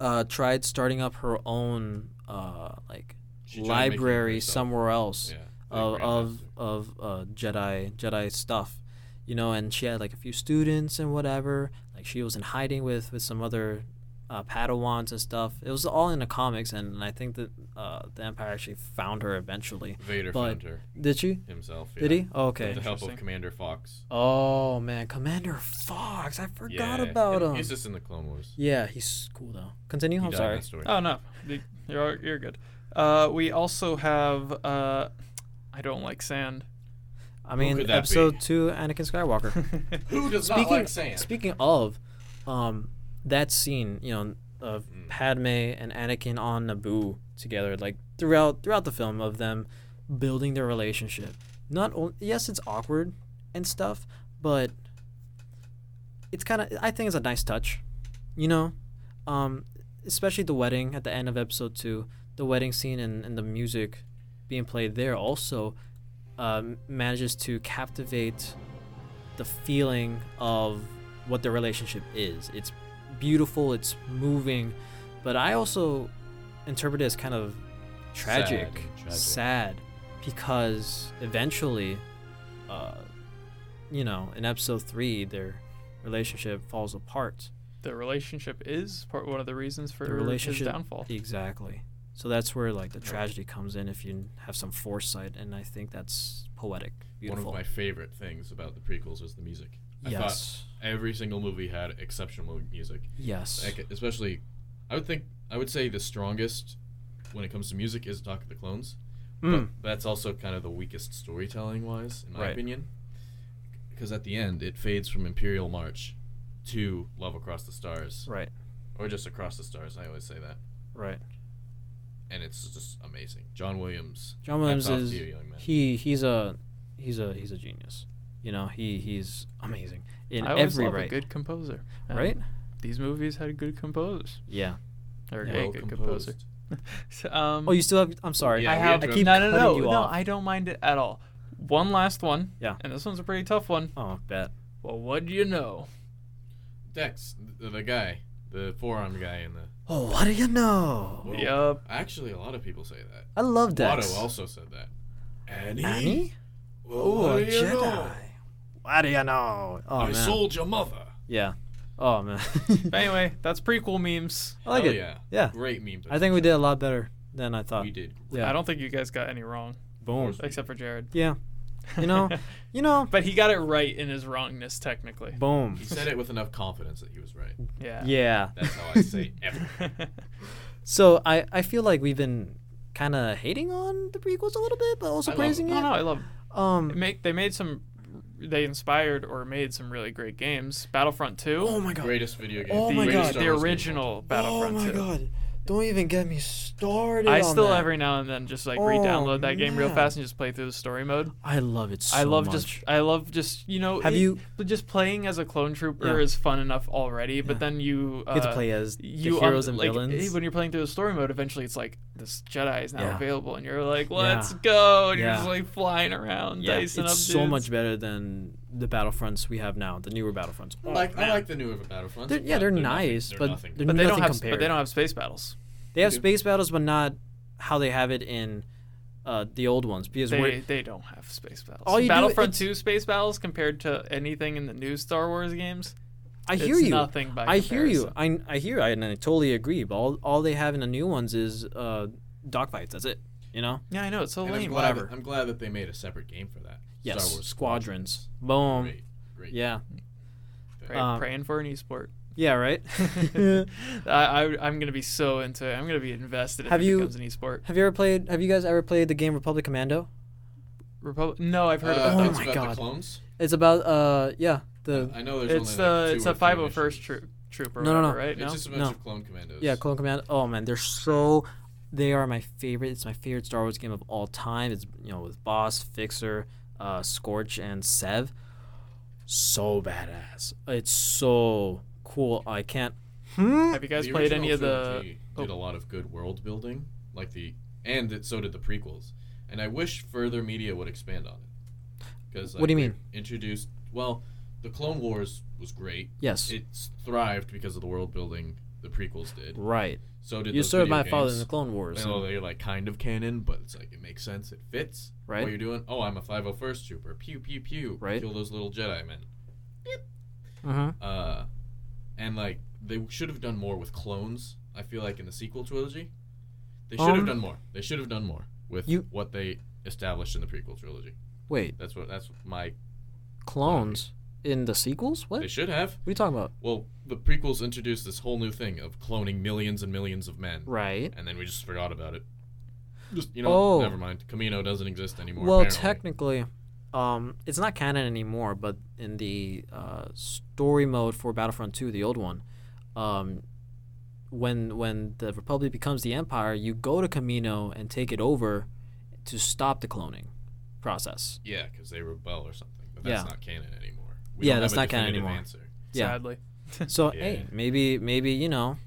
S2: uh, tried starting up her own uh, like
S3: She tried making it
S2: library
S3: herself.
S2: somewhere else
S3: Yeah, like
S2: of of,
S3: Grandmaster.
S2: of uh, Jedi Jedi stuff, you know. And she had like a few students and whatever. Like she was in hiding with with some other uh, Padawans and stuff. It was all in the comics, and, and I think that uh, the Empire actually found her eventually.
S3: Vader
S2: but-
S3: found her
S2: Did she?
S3: himself.
S2: Did
S3: yeah,
S2: he? Oh, okay.
S3: With the help of
S1: Interesting.
S3: Commander Fox.
S2: Oh man, Commander Fox! I forgot
S3: Yeah,
S2: about
S3: and
S2: him.
S3: He's just in the Clone Wars.
S2: yeah, he's cool though. Continue.
S3: He
S2: I'm
S3: died in
S2: sorry. Uh,
S3: that story.
S1: [LAUGHS] Oh no, The- you're you're good. Uh, we also have uh, I don't like sand.
S2: I mean,
S3: could that
S2: episode
S3: be?
S2: two, Anakin Skywalker.
S3: Who does
S2: speaking
S3: not like sand?
S2: speaking of um that scene you know of Padme and Anakin on Naboo together like throughout throughout the film of them building their relationship not only yes it's awkward and stuff but it's kind of I think it's a nice touch you know um especially the wedding at the end of episode 2 the wedding scene and, and the music being played there also um, manages to captivate the feeling of what their relationship is. It's beautiful, it's moving, but I also interpret it as kind of tragic,
S3: Sad and
S2: sad,
S3: tragic.
S2: because eventually, uh, you know, in episode three, their relationship falls apart.
S1: the relationship is part one of the reasons for
S2: The relationship
S1: his downfall.
S2: Exactly. So that's where like the tragedy comes in if you have some foresight, and I think that's poetic, beautiful.
S3: One of my favorite things about the prequels was the music. I thought
S2: yes,
S3: every single movie had exceptional music.
S2: yes,
S3: Like, especially, I would think I would say the strongest when it comes to music is Attack of the Clones.
S1: Hmm.
S2: Mm.
S3: But that's also kind of the weakest storytelling wise, in my
S2: Right.
S3: opinion. Because at the end, it fades from Imperial March to Love Across the Stars,
S2: right,
S3: or just Across the Stars. I always say that,
S2: right.
S3: and it's just amazing. John Williams.
S2: John
S3: hats
S2: Williams
S3: off
S2: is
S3: to you, young man.
S2: he he's a he's a he's a genius. You know, he he's amazing in
S1: I always
S2: every
S1: love
S2: right.
S1: a good composer. and
S2: right?
S1: These movies had good composers.
S2: Yeah.
S1: Or
S2: Yeah.
S1: a
S3: Well
S1: good
S3: composed.
S1: composer. [LAUGHS] um,
S2: Oh, you still have I'm sorry.
S3: Yeah,
S1: I
S3: we
S1: have.
S3: interrupted-
S2: I keep
S1: no, no,
S2: cutting
S1: no,
S2: you
S1: no.
S2: off.
S1: I don't mind it at all. One last one.
S2: Yeah.
S1: And this one's a pretty tough one.
S2: Oh, bet.
S1: Well, what do you know?
S3: Dex, the, the guy, the forearm guy in the.
S2: Oh, what do you know?
S3: Well,
S1: Yup.
S3: Actually, a lot of people say that.
S2: I love Dex.
S3: Watto also said that. Annie?
S2: Annie?
S3: Well,
S2: Oh,
S3: what
S2: a
S3: do you
S2: Jedi.
S3: know?
S2: What do you know? Oh
S3: I
S2: man.
S3: sold your mother.
S2: yeah. Oh man. [LAUGHS]
S1: But anyway, that's prequel memes.
S2: I like
S3: Hell
S2: it.
S3: Oh, yeah.
S2: Yeah.
S3: Great meme.
S2: I think we did a lot better than I thought.
S3: We did.
S2: Yeah.
S1: I don't think you guys got any wrong,
S2: Boom.
S1: except for Jared.
S2: Yeah. You [LAUGHS] know, you know,
S1: But he got it right in his wrongness, technically.
S2: boom. [LAUGHS]
S3: He said it with enough confidence that he was right.
S1: Yeah. [LAUGHS]
S2: Yeah.
S3: That's how I say everything.
S2: So I, I feel like we've been kind of hating on the prequels a little bit, but also
S3: I love
S2: praising
S1: no, no, I love.
S2: it. Um,
S1: Make they made some, they inspired or made some really great games. Battlefront Two.
S2: oh my god,
S3: Greatest video game.
S2: Oh my
S3: Greatest
S2: God.
S3: Star
S1: The
S3: Wars game.
S1: original
S2: oh
S1: Battlefront
S2: my
S1: 2.
S2: god, don't even get me started.
S1: I
S2: on
S1: still
S2: that.
S1: every now and then just like
S2: Oh,
S1: re-download that game real
S2: man.
S1: fast and just play through the story mode.
S2: I love it. So
S1: I love
S2: much.
S1: just I love just you know
S2: Have
S1: it-
S2: you-
S1: but just playing as a clone trooper
S2: Yeah.
S1: is fun enough already. But
S2: Yeah.
S1: then you uh,
S2: You get to play as the
S1: you un-
S2: heroes and
S1: like, eh,
S2: villains.
S1: When you're playing through the story mode, eventually it's like this Jedi is now
S2: Yeah.
S1: available, and you're like,
S2: Yeah.
S1: let's go, and you're
S2: Yeah.
S1: just like flying around,
S2: yeah, it's
S1: dicing up
S2: so
S1: dudes.
S2: much better than the Battlefronts we have now, the newer Battlefronts.
S3: I like, I like the newer Battlefront.
S2: Oh, They're- yeah,
S3: but
S2: they're
S3: nothing-
S2: nice,
S3: they're
S2: but
S3: nothing.
S2: they're-
S1: But they don't
S2: Nothing
S1: have s- but
S2: compared.
S1: they don't have space battles.
S2: They have
S3: Dude.
S2: space battles, but not how they have it in uh, the old ones. Because
S1: They,
S2: we're,
S1: they don't have space battles.
S2: All you do-
S1: Battlefront
S2: it's-
S1: 2 space battles compared to anything in the new Star Wars games.
S2: I hear
S1: it's
S2: you.
S1: Nothing by
S2: I hear you.
S1: comparison.
S2: I, I hear. I, and I totally agree. But all, all they have in the new ones is uh, dogfights. That's it. You know.
S1: Yeah, I know it's so
S3: And I'm
S1: lame.
S3: glad
S1: Whatever.
S3: That, I'm glad that they made a separate game for that.
S2: Yes.
S3: Star Wars
S2: Squadrons. Boom.
S3: Great. Great.
S2: Yeah.
S1: Pray,
S2: um,
S1: praying for an esport.
S2: Yeah.
S3: [LAUGHS]
S2: Right. [LAUGHS]
S1: I, I I'm gonna be so into it. I'm gonna be invested. If
S2: Have
S1: it
S2: you-
S1: becomes an esport?
S2: have you ever played? Have you guys ever played the game Republic Commando?
S1: Republic? No, I've
S3: Uh,
S1: heard about
S2: Oh
S1: that.
S3: that's
S2: my
S3: about the
S2: God.
S3: clones.
S2: It's about uh yeah the
S3: I know there's
S1: It's
S3: only like
S1: the
S3: two
S1: it's
S3: or
S1: a
S3: three
S1: 501st
S3: missions.
S1: troop trooper.
S2: No, no, oh no.
S1: Right?
S3: It's
S1: No.
S3: just a bunch
S2: No.
S3: of clone commandos.
S2: yeah Clone Commando. Oh man, they're so they are my favorite. It's my favorite Star Wars game of all time. It's you know with Boss, Fixer, uh, Scorch, and Sev. So badass. It's so cool. I can't. Hmm?
S1: Have you guys
S3: The
S1: played any
S3: original
S1: of the? Oh.
S3: trilogy Did a lot of good world building, like the, and it, so did the prequels. And I wish further media would expand on it. Because
S2: What do you
S3: we
S2: mean?
S3: Introduced well, the Clone Wars was great.
S2: Yes.
S3: It's thrived because of the world building the prequels did.
S2: right.
S3: So did
S2: You
S3: those
S2: served
S3: video
S2: my father in
S3: games.
S2: the Clone Wars.
S3: I know
S2: and-
S3: they're like kind of canon, but it's like it makes sense. It fits.
S2: Right.
S3: What you're doing? Oh, I'm a 501st trooper. Pew pew pew.
S2: Right.
S3: Kill those little Jedi men.
S2: uh-huh.
S3: Uh, and like they should have done more with clones. I feel like in the sequel trilogy, they should
S2: Um,
S3: have done more. They should have done more with
S2: you-
S3: what they established in the prequel trilogy.
S2: Wait,
S3: That's what. That's my.
S2: clones in the sequels? What?
S3: They should have.
S2: What are you talking about?
S3: Well, the prequels introduced this whole new thing of cloning millions and millions of men,
S2: Right.
S3: and then we just forgot about it. Just you know,
S2: Oh.
S3: never mind. Camino doesn't exist anymore.
S2: Well,
S3: apparently.
S2: technically, um, it's not canon anymore. But in the uh, story mode for Battlefront Two, the old one, um, when when the Republic becomes the Empire, you go to Camino and take it over to stop the cloning
S1: [LAUGHS]
S2: process.
S3: Yeah, because they rebel or something. But
S2: Yeah.
S3: that's not canon anymore.
S2: Yeah,
S3: don't
S2: that's
S3: have a
S2: not canon
S3: definitive
S2: anymore.
S3: Answer.
S2: Yeah.
S1: Sadly,
S2: So
S3: Yeah.
S2: hey, maybe maybe you know,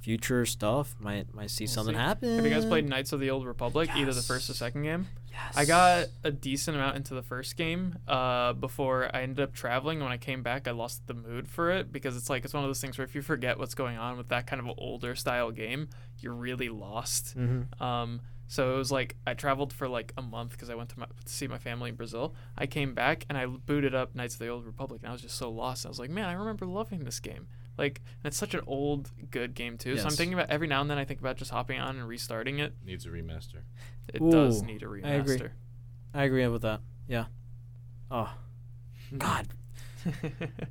S2: future stuff might might see
S1: We'll
S2: something
S1: see.
S2: happen.
S1: have you guys played Knights of the Old Republic? Either the first or
S2: Mm. Yes.
S1: second game.
S2: Yes.
S1: I got a decent amount into the first game uh, before I ended up traveling. When I came back, I lost the mood for it because it's like it's one of those things where if you forget what's going on with that kind of older style game, you're really lost.
S2: Mm-hmm.
S1: Um, so it was like I traveled for like a month because I went to, my, to see my family in Brazil. I came back and I booted up Knights of the Old Republic and I was just so lost. I was like, man, I remember loving this game. Like, and it's such an old, good game too. So I'm
S2: Yes.
S1: thinking about every now and then I think about just hopping on and restarting it.
S3: Needs a remaster.
S1: It does
S2: Ooh,
S1: need a remaster.
S2: I agree. I agree with that. Yeah. Oh, God,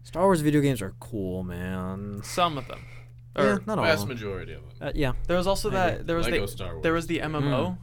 S2: Star Wars video games are cool, man.
S1: Some of them. Or
S2: Yeah, not all. of
S3: Vast
S2: them.
S3: majority of them.
S2: Uh, yeah.
S1: There was also
S2: I Hmm.
S1: that there was
S3: Lego
S1: the
S3: Star Wars.
S1: there was the MMO.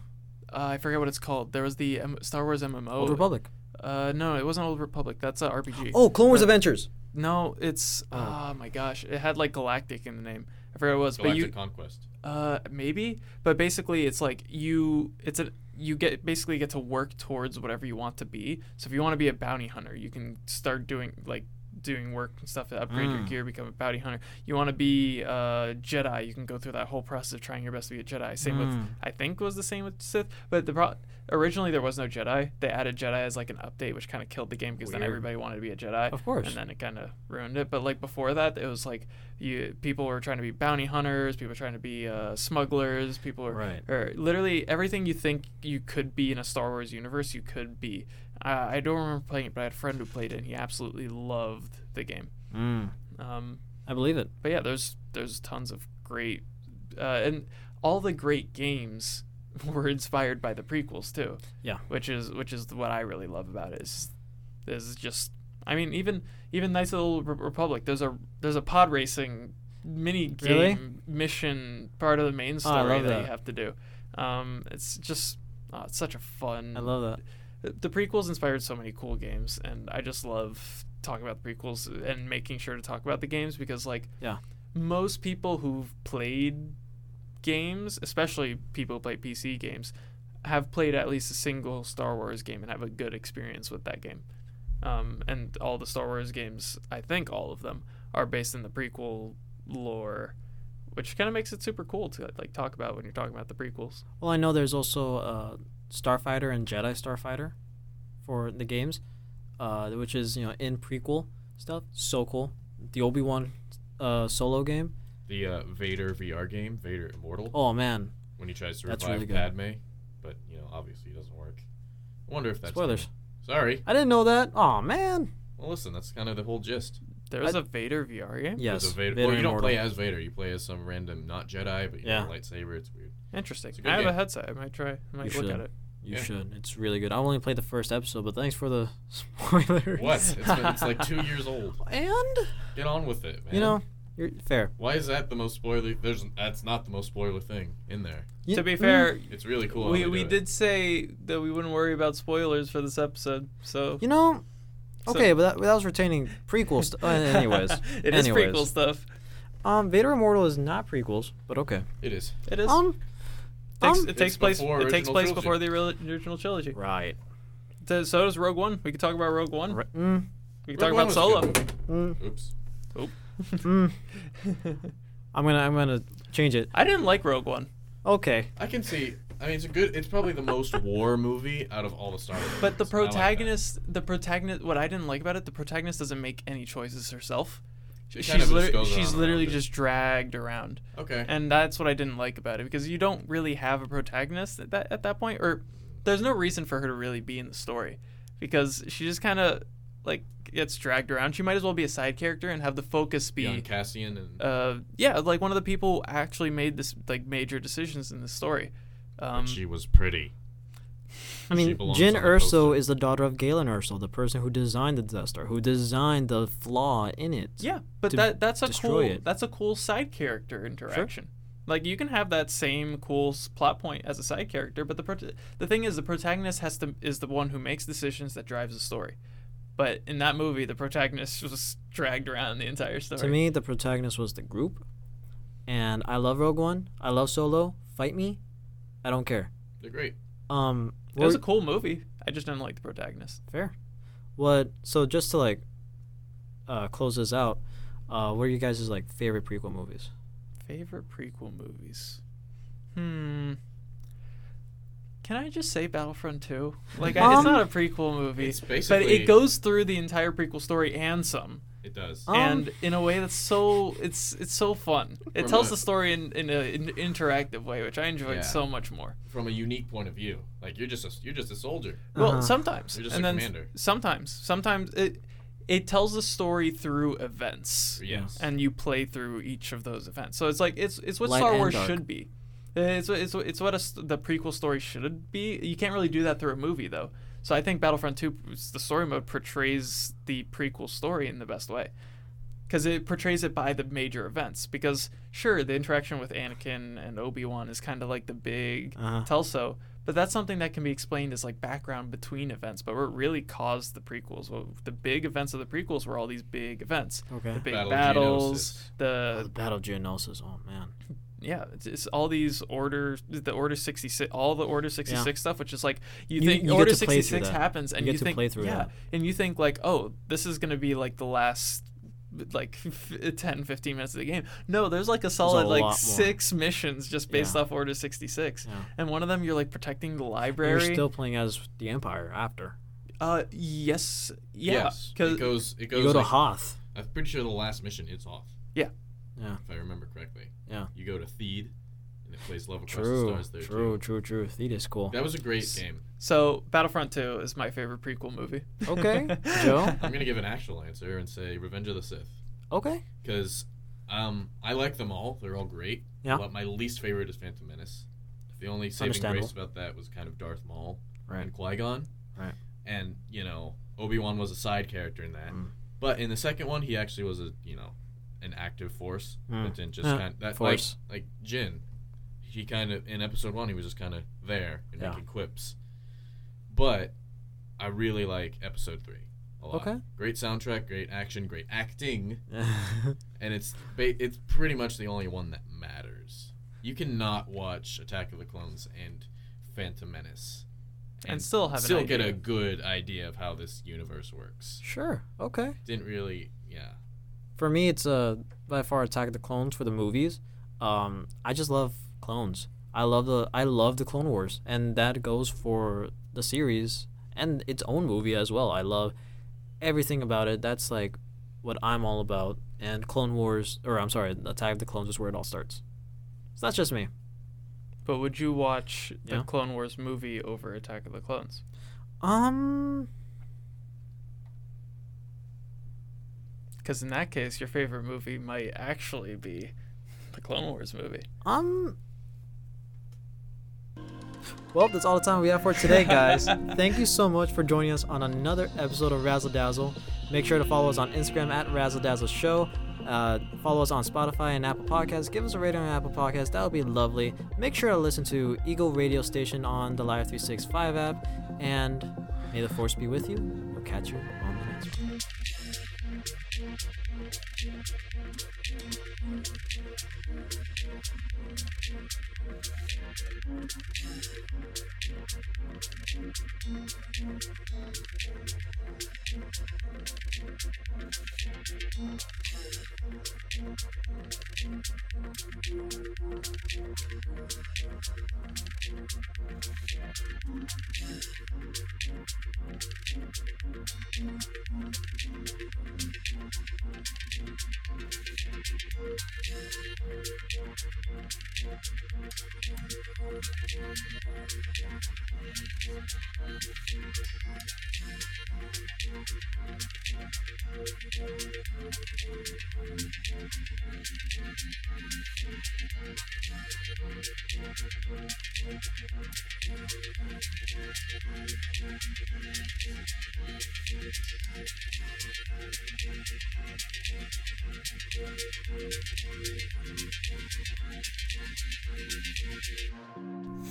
S1: Uh, I forget what it's called. There was the M- Star Wars MMO.
S3: Oh.
S2: Old Republic.
S1: Uh, no, it wasn't Old Republic. That's a RPG.
S2: Oh, Clone Wars
S1: Uh,
S2: Adventures.
S1: No, it's
S2: Oh.
S1: oh. my gosh, it had like Galactic in the name. I forget what it was,
S3: Galactic
S1: but you
S3: Conquest.
S1: uh maybe, but basically it's like you it's a you get basically get to work towards whatever you want to be. So if you want to be a bounty hunter, you can start doing like doing work and stuff to upgrade your
S2: Mm.
S1: gear, become a bounty hunter. You want to be a Jedi, you can go through that whole process of trying your best to be a Jedi. Same with
S2: Mm.
S1: I think was the same with Sith, but the pro- originally there was no Jedi. They added Jedi as like an update, which kind of killed the game because then
S2: Weird.
S1: everybody wanted to be a Jedi.
S2: Of course.
S1: And then it kind of ruined it. But like before that, it was like you people were trying to be bounty hunters, people were trying to be uh, smugglers, people
S3: uh,
S1: were
S2: Right.
S1: or literally everything you think you could be in a Star Wars universe, you could be. Uh, I don't remember playing it, but I had a friend who played it, and he absolutely loved the game.
S2: Mm.
S1: Um,
S2: I believe it.
S1: but yeah, there's there's tons of great, uh, and all the great games [LAUGHS] were inspired by the prequels too.
S2: Yeah.
S1: which is which is what I really love about it is, is just I mean even even Knights of the Old Re- Republic there's a there's a pod racing mini game
S2: Really?
S1: mission part of the main
S2: Oh, I
S1: story
S2: love
S1: that, you
S2: that.
S1: have to do. Um, it's just oh, it's such a fun.
S2: I
S3: Mm.
S2: love that.
S1: The- the prequels inspired so many cool games and i just love talking about the prequels and making sure to talk about the games because like
S2: Yeah.
S1: most people who've played games especially people who play pc games have played at least a single star wars game and have a good experience with that game um, and all the star wars games i think all of them are based in the prequel lore which kind of makes it super cool to like talk about when you're talking about the prequels
S2: Well, I know there's also uh, Starfighter and Jedi Starfighter for the games, uh, which is you know in prequel stuff. So cool. The Obi Wan uh, solo game.
S3: The uh, Vader VR game, Vader Immortal,
S2: Oh man.
S3: when he tries to
S2: That's
S3: revive
S2: really good.
S3: Padme, but you know, obviously it doesn't work. I wonder if that's
S2: Spoilers.
S3: canon. Sorry.
S2: I didn't know that. Oh man.
S3: Well, listen, that's kind of the whole gist.
S1: there's a vader vr game
S2: Yes.
S3: There's a Vader.
S2: Vader
S3: well, you don't
S2: Immortal.
S3: play as Vader. You play as some random, not Jedi, but you
S2: Yeah.
S3: know, lightsaber. It's
S2: [LAUGHS]
S3: weird.
S1: Interesting.
S3: It's a good
S1: I have a
S3: game.
S1: headset. I might try. I might
S2: You
S1: look
S2: should.
S1: at it.
S2: You
S3: Yeah.
S2: should. It's really good. I only played the first episode, but thanks for the [LAUGHS] spoilers.
S3: What? It's, been, it's like two years old.
S2: [LAUGHS] And
S3: Get on with it, man.
S2: you know, you're fair.
S3: Why is that the most spoiler? There's that's not the most spoiler thing in there.
S2: You-
S1: to be
S2: mm,
S1: fair,
S3: It's really cool. how
S1: we,
S3: they
S1: we
S3: do it.
S1: did say that we wouldn't worry about spoilers for this episode. So
S2: You know,
S1: So-
S2: okay, but that, that was retaining prequel
S3: [LAUGHS]
S2: stuff. anyways,
S1: [LAUGHS] it is
S2: anyways.
S1: prequel stuff.
S2: um, Vader Immortal is not prequels, but okay.
S3: It is.
S1: It is.
S2: Um,
S1: takes,
S2: um,
S1: it takes
S3: It's
S1: place.
S3: before
S1: It takes
S3: original
S1: place
S3: trilogy.
S1: before the oril- original trilogy.
S2: right.
S1: So so does Rogue One. We could talk about Rogue One.
S2: Right. Mm,
S1: We could talk
S3: Rogue One
S1: about
S3: was a
S1: Solo.
S3: good
S2: mm, [LAUGHS]
S3: movie. Oops.
S2: mm. I'm gonna I'm gonna change it.
S1: I didn't like Rogue One.
S2: Okay.
S3: I can see. I mean, it's a good. It's probably the most war movie out of all the Star Wars.
S1: But the
S3: movies. I like that.
S1: protagonist, the protagonist, what I didn't like about it, the protagonist doesn't make any choices herself.
S3: She
S1: she's
S3: kind of just
S1: literally,
S3: goes
S1: she's
S3: around
S1: literally
S3: it.
S1: just dragged around,
S3: okay.
S1: and that's what I didn't like about it because you don't really have a protagonist at that at that point, or there's no reason for her to really be in the story because she just kind of like gets dragged around. She might as well be a side character and have the focus be
S3: Beyond Cassian and
S1: uh, yeah, like one of the people who actually made this like major decisions in this story. Um,
S3: she was pretty.
S2: I
S3: She
S2: mean,
S3: belongs
S2: Jin
S3: on the
S2: Erso
S3: poster.
S2: is the daughter of Galen Erso, the person who designed the Death Star, who designed the flaw in it.
S1: yeah, but
S2: to
S1: that that's a
S2: destroy
S1: cool
S2: it.
S1: that's a cool side character interaction. Like you can have that same cool s- plot point as a side character, but the prot- the thing is the protagonist has to is the one who makes decisions that drives the story. But in that movie, the protagonist [LAUGHS] was dragged around the entire story.
S2: To me, the protagonist was the group, and I love Rogue One. I love Solo. Fight me, I don't care.
S3: They're great.
S2: Um,
S1: it was
S2: what-
S1: a cool movie. I just didn't like the protagonist.
S2: fair. What? So just to like, uh, close this out, uh, what are you guys' like favorite prequel movies?
S1: Favorite prequel movies? Hmm. Can I just say Battlefront 2? Like, I it's
S2: Um,
S1: not a prequel movie,
S3: It's
S1: but
S3: basically.
S1: it goes um, through the entire prequel story and some,
S3: It does.
S2: Um,
S1: and in a way that's so it's it's so fun. It
S3: From
S1: tells
S3: a-
S1: the story in in an interactive way, which I enjoyed
S3: Yeah.
S1: so much more.
S3: From a unique point of view, like you're just a you're just a soldier.
S2: Uh-huh.
S1: Well, sometimes,
S3: You're just
S1: and
S3: a
S1: then
S3: commander.
S1: sometimes, sometimes it it tells the story through events.
S3: Yes.
S1: and you play through each of those events. So it's like it's it's what
S2: Light
S1: Star
S2: and
S1: Wars
S2: dark.
S1: should be. It's what- it's what- it's what a, st- the prequel story should be. You can't really do that through a movie though. So I think Battlefront 2 p- the story mode portrays the prequel story in the best way. Cuz it portrays it by the major events because sure the interaction with Anakin and Obi-Wan is kind of like the big
S2: Uh-huh.
S1: Telso, but that's something that can be explained as like background between events, but what really caused the prequels, well, the big events of the prequels were all these big events
S2: Okay.
S1: the big
S3: Battle
S1: battles,
S3: Geonosis.
S2: Oh, the
S1: the
S2: Battle of Geonosis. Oh man.
S1: yeah, it's, it's all these order, the Order sixty six, all the Order sixty six stuff, which is like you
S2: You-
S1: think
S2: you get
S1: Order
S2: to play through
S1: sixty six
S2: that.
S1: happens, and you,
S2: You get to
S1: think
S2: play through
S1: yeah,
S2: that.
S1: and you think like oh, this is gonna be like the last like f- 10 15 minutes of the game no there's like a solid
S2: lot more.
S1: like six missions just based
S2: Yeah.
S1: off order 66
S2: Yeah.
S1: and one of them you're like protecting the
S2: You're
S1: library
S2: still playing as the Empire after.
S1: uh yes yeah
S3: Yes. It
S1: 'cause-
S3: goes. It
S2: You
S3: goes.
S2: go to
S3: like-
S2: Hoth.
S3: I'm pretty sure the last mission is off.
S1: Yeah.
S2: Yeah.
S3: If I remember correctly.
S2: Yeah.
S3: You go to Theed, and it plays Love Across the
S2: True.
S3: Stars there
S2: True.
S3: too.
S2: True. True. Thetis cool.
S3: That was a great game.
S1: so battlefront 2 is my favorite prequel movie [LAUGHS]
S2: Okay, Joe?
S3: I'm gonna give an actual answer and say Revenge of the Sith
S2: Okay.
S3: because um, I like them all. They're all great.
S2: Yeah.
S3: But my least favorite is Phantom Menace. The only saving
S2: Understandable.
S3: grace about that was kind of Darth Maul
S2: Right.
S3: and Qui Gon.
S2: Right.
S3: And you know Obi Wan was a side character in that,
S2: Mm.
S3: but in the second one he actually was a you know an active force.
S2: Mm.
S3: But then just
S2: Yeah,
S3: kind of, that
S2: force.
S3: like like Jin, he kind of in episode one he was just kind of there and
S2: Yeah.
S3: making quips. But I really like episode three a lot.
S2: Okay.
S3: Great soundtrack, great action, great acting and it's ba- it's pretty much the only one that matters. You cannot watch Attack of the Clones and Phantom Menace
S1: and, still have an
S3: still
S1: idea.
S3: get a good idea of how this universe works.
S2: [LAUGHS] sure. Okay.
S3: Didn't really,
S1: [LAUGHS]
S3: yeah.
S2: For me, it's uh, by far Attack of the Clones for the movies. Um, I just love clones. I love the I love the Clone Wars, and that goes for the series and its own movie as well. I love everything about it. That's like what I'm all about. And Clone Wars, or I'm sorry, Attack of the Clones is where it all starts. So that's just me.
S1: But would you watch the
S2: Yeah.
S1: Clone Wars movie over Attack of the Clones?
S2: Um,
S1: Because in that case, your favorite movie might actually be the Clone Wars movie.
S2: Um. Well, that's all the time we have for today, guys. Thank you so much for joining us on another episode of Razzle Dazzle. Make sure to follow us on Instagram at Razzle Dazzle Show. Uh, follow us on Spotify and Apple Podcasts. Give us a rating on Apple Podcasts. That would be lovely. Make sure to listen to Eagle Radio Station on the Live 365 app. And may the force be with you. We'll catch you on the next one.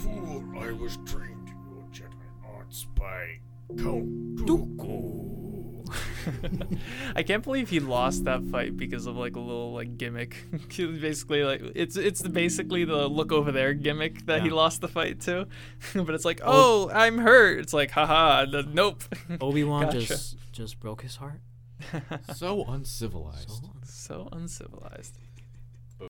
S4: Fool, I was trained in your Jedi arts by Count Dooku.
S1: [LAUGHS] I can't believe he lost that fight because of like a little like gimmick. [LAUGHS] basically, like it's it's the, basically the look over there gimmick that he
S2: Yeah.
S1: lost the fight to. [LAUGHS] but it's like, oh, I'm hurt. It's like, haha, the, nope. [LAUGHS]
S2: Obi Wan
S1: Gotcha.
S2: just just broke his heart.
S3: So uncivilized.
S2: So
S1: so uncivilized.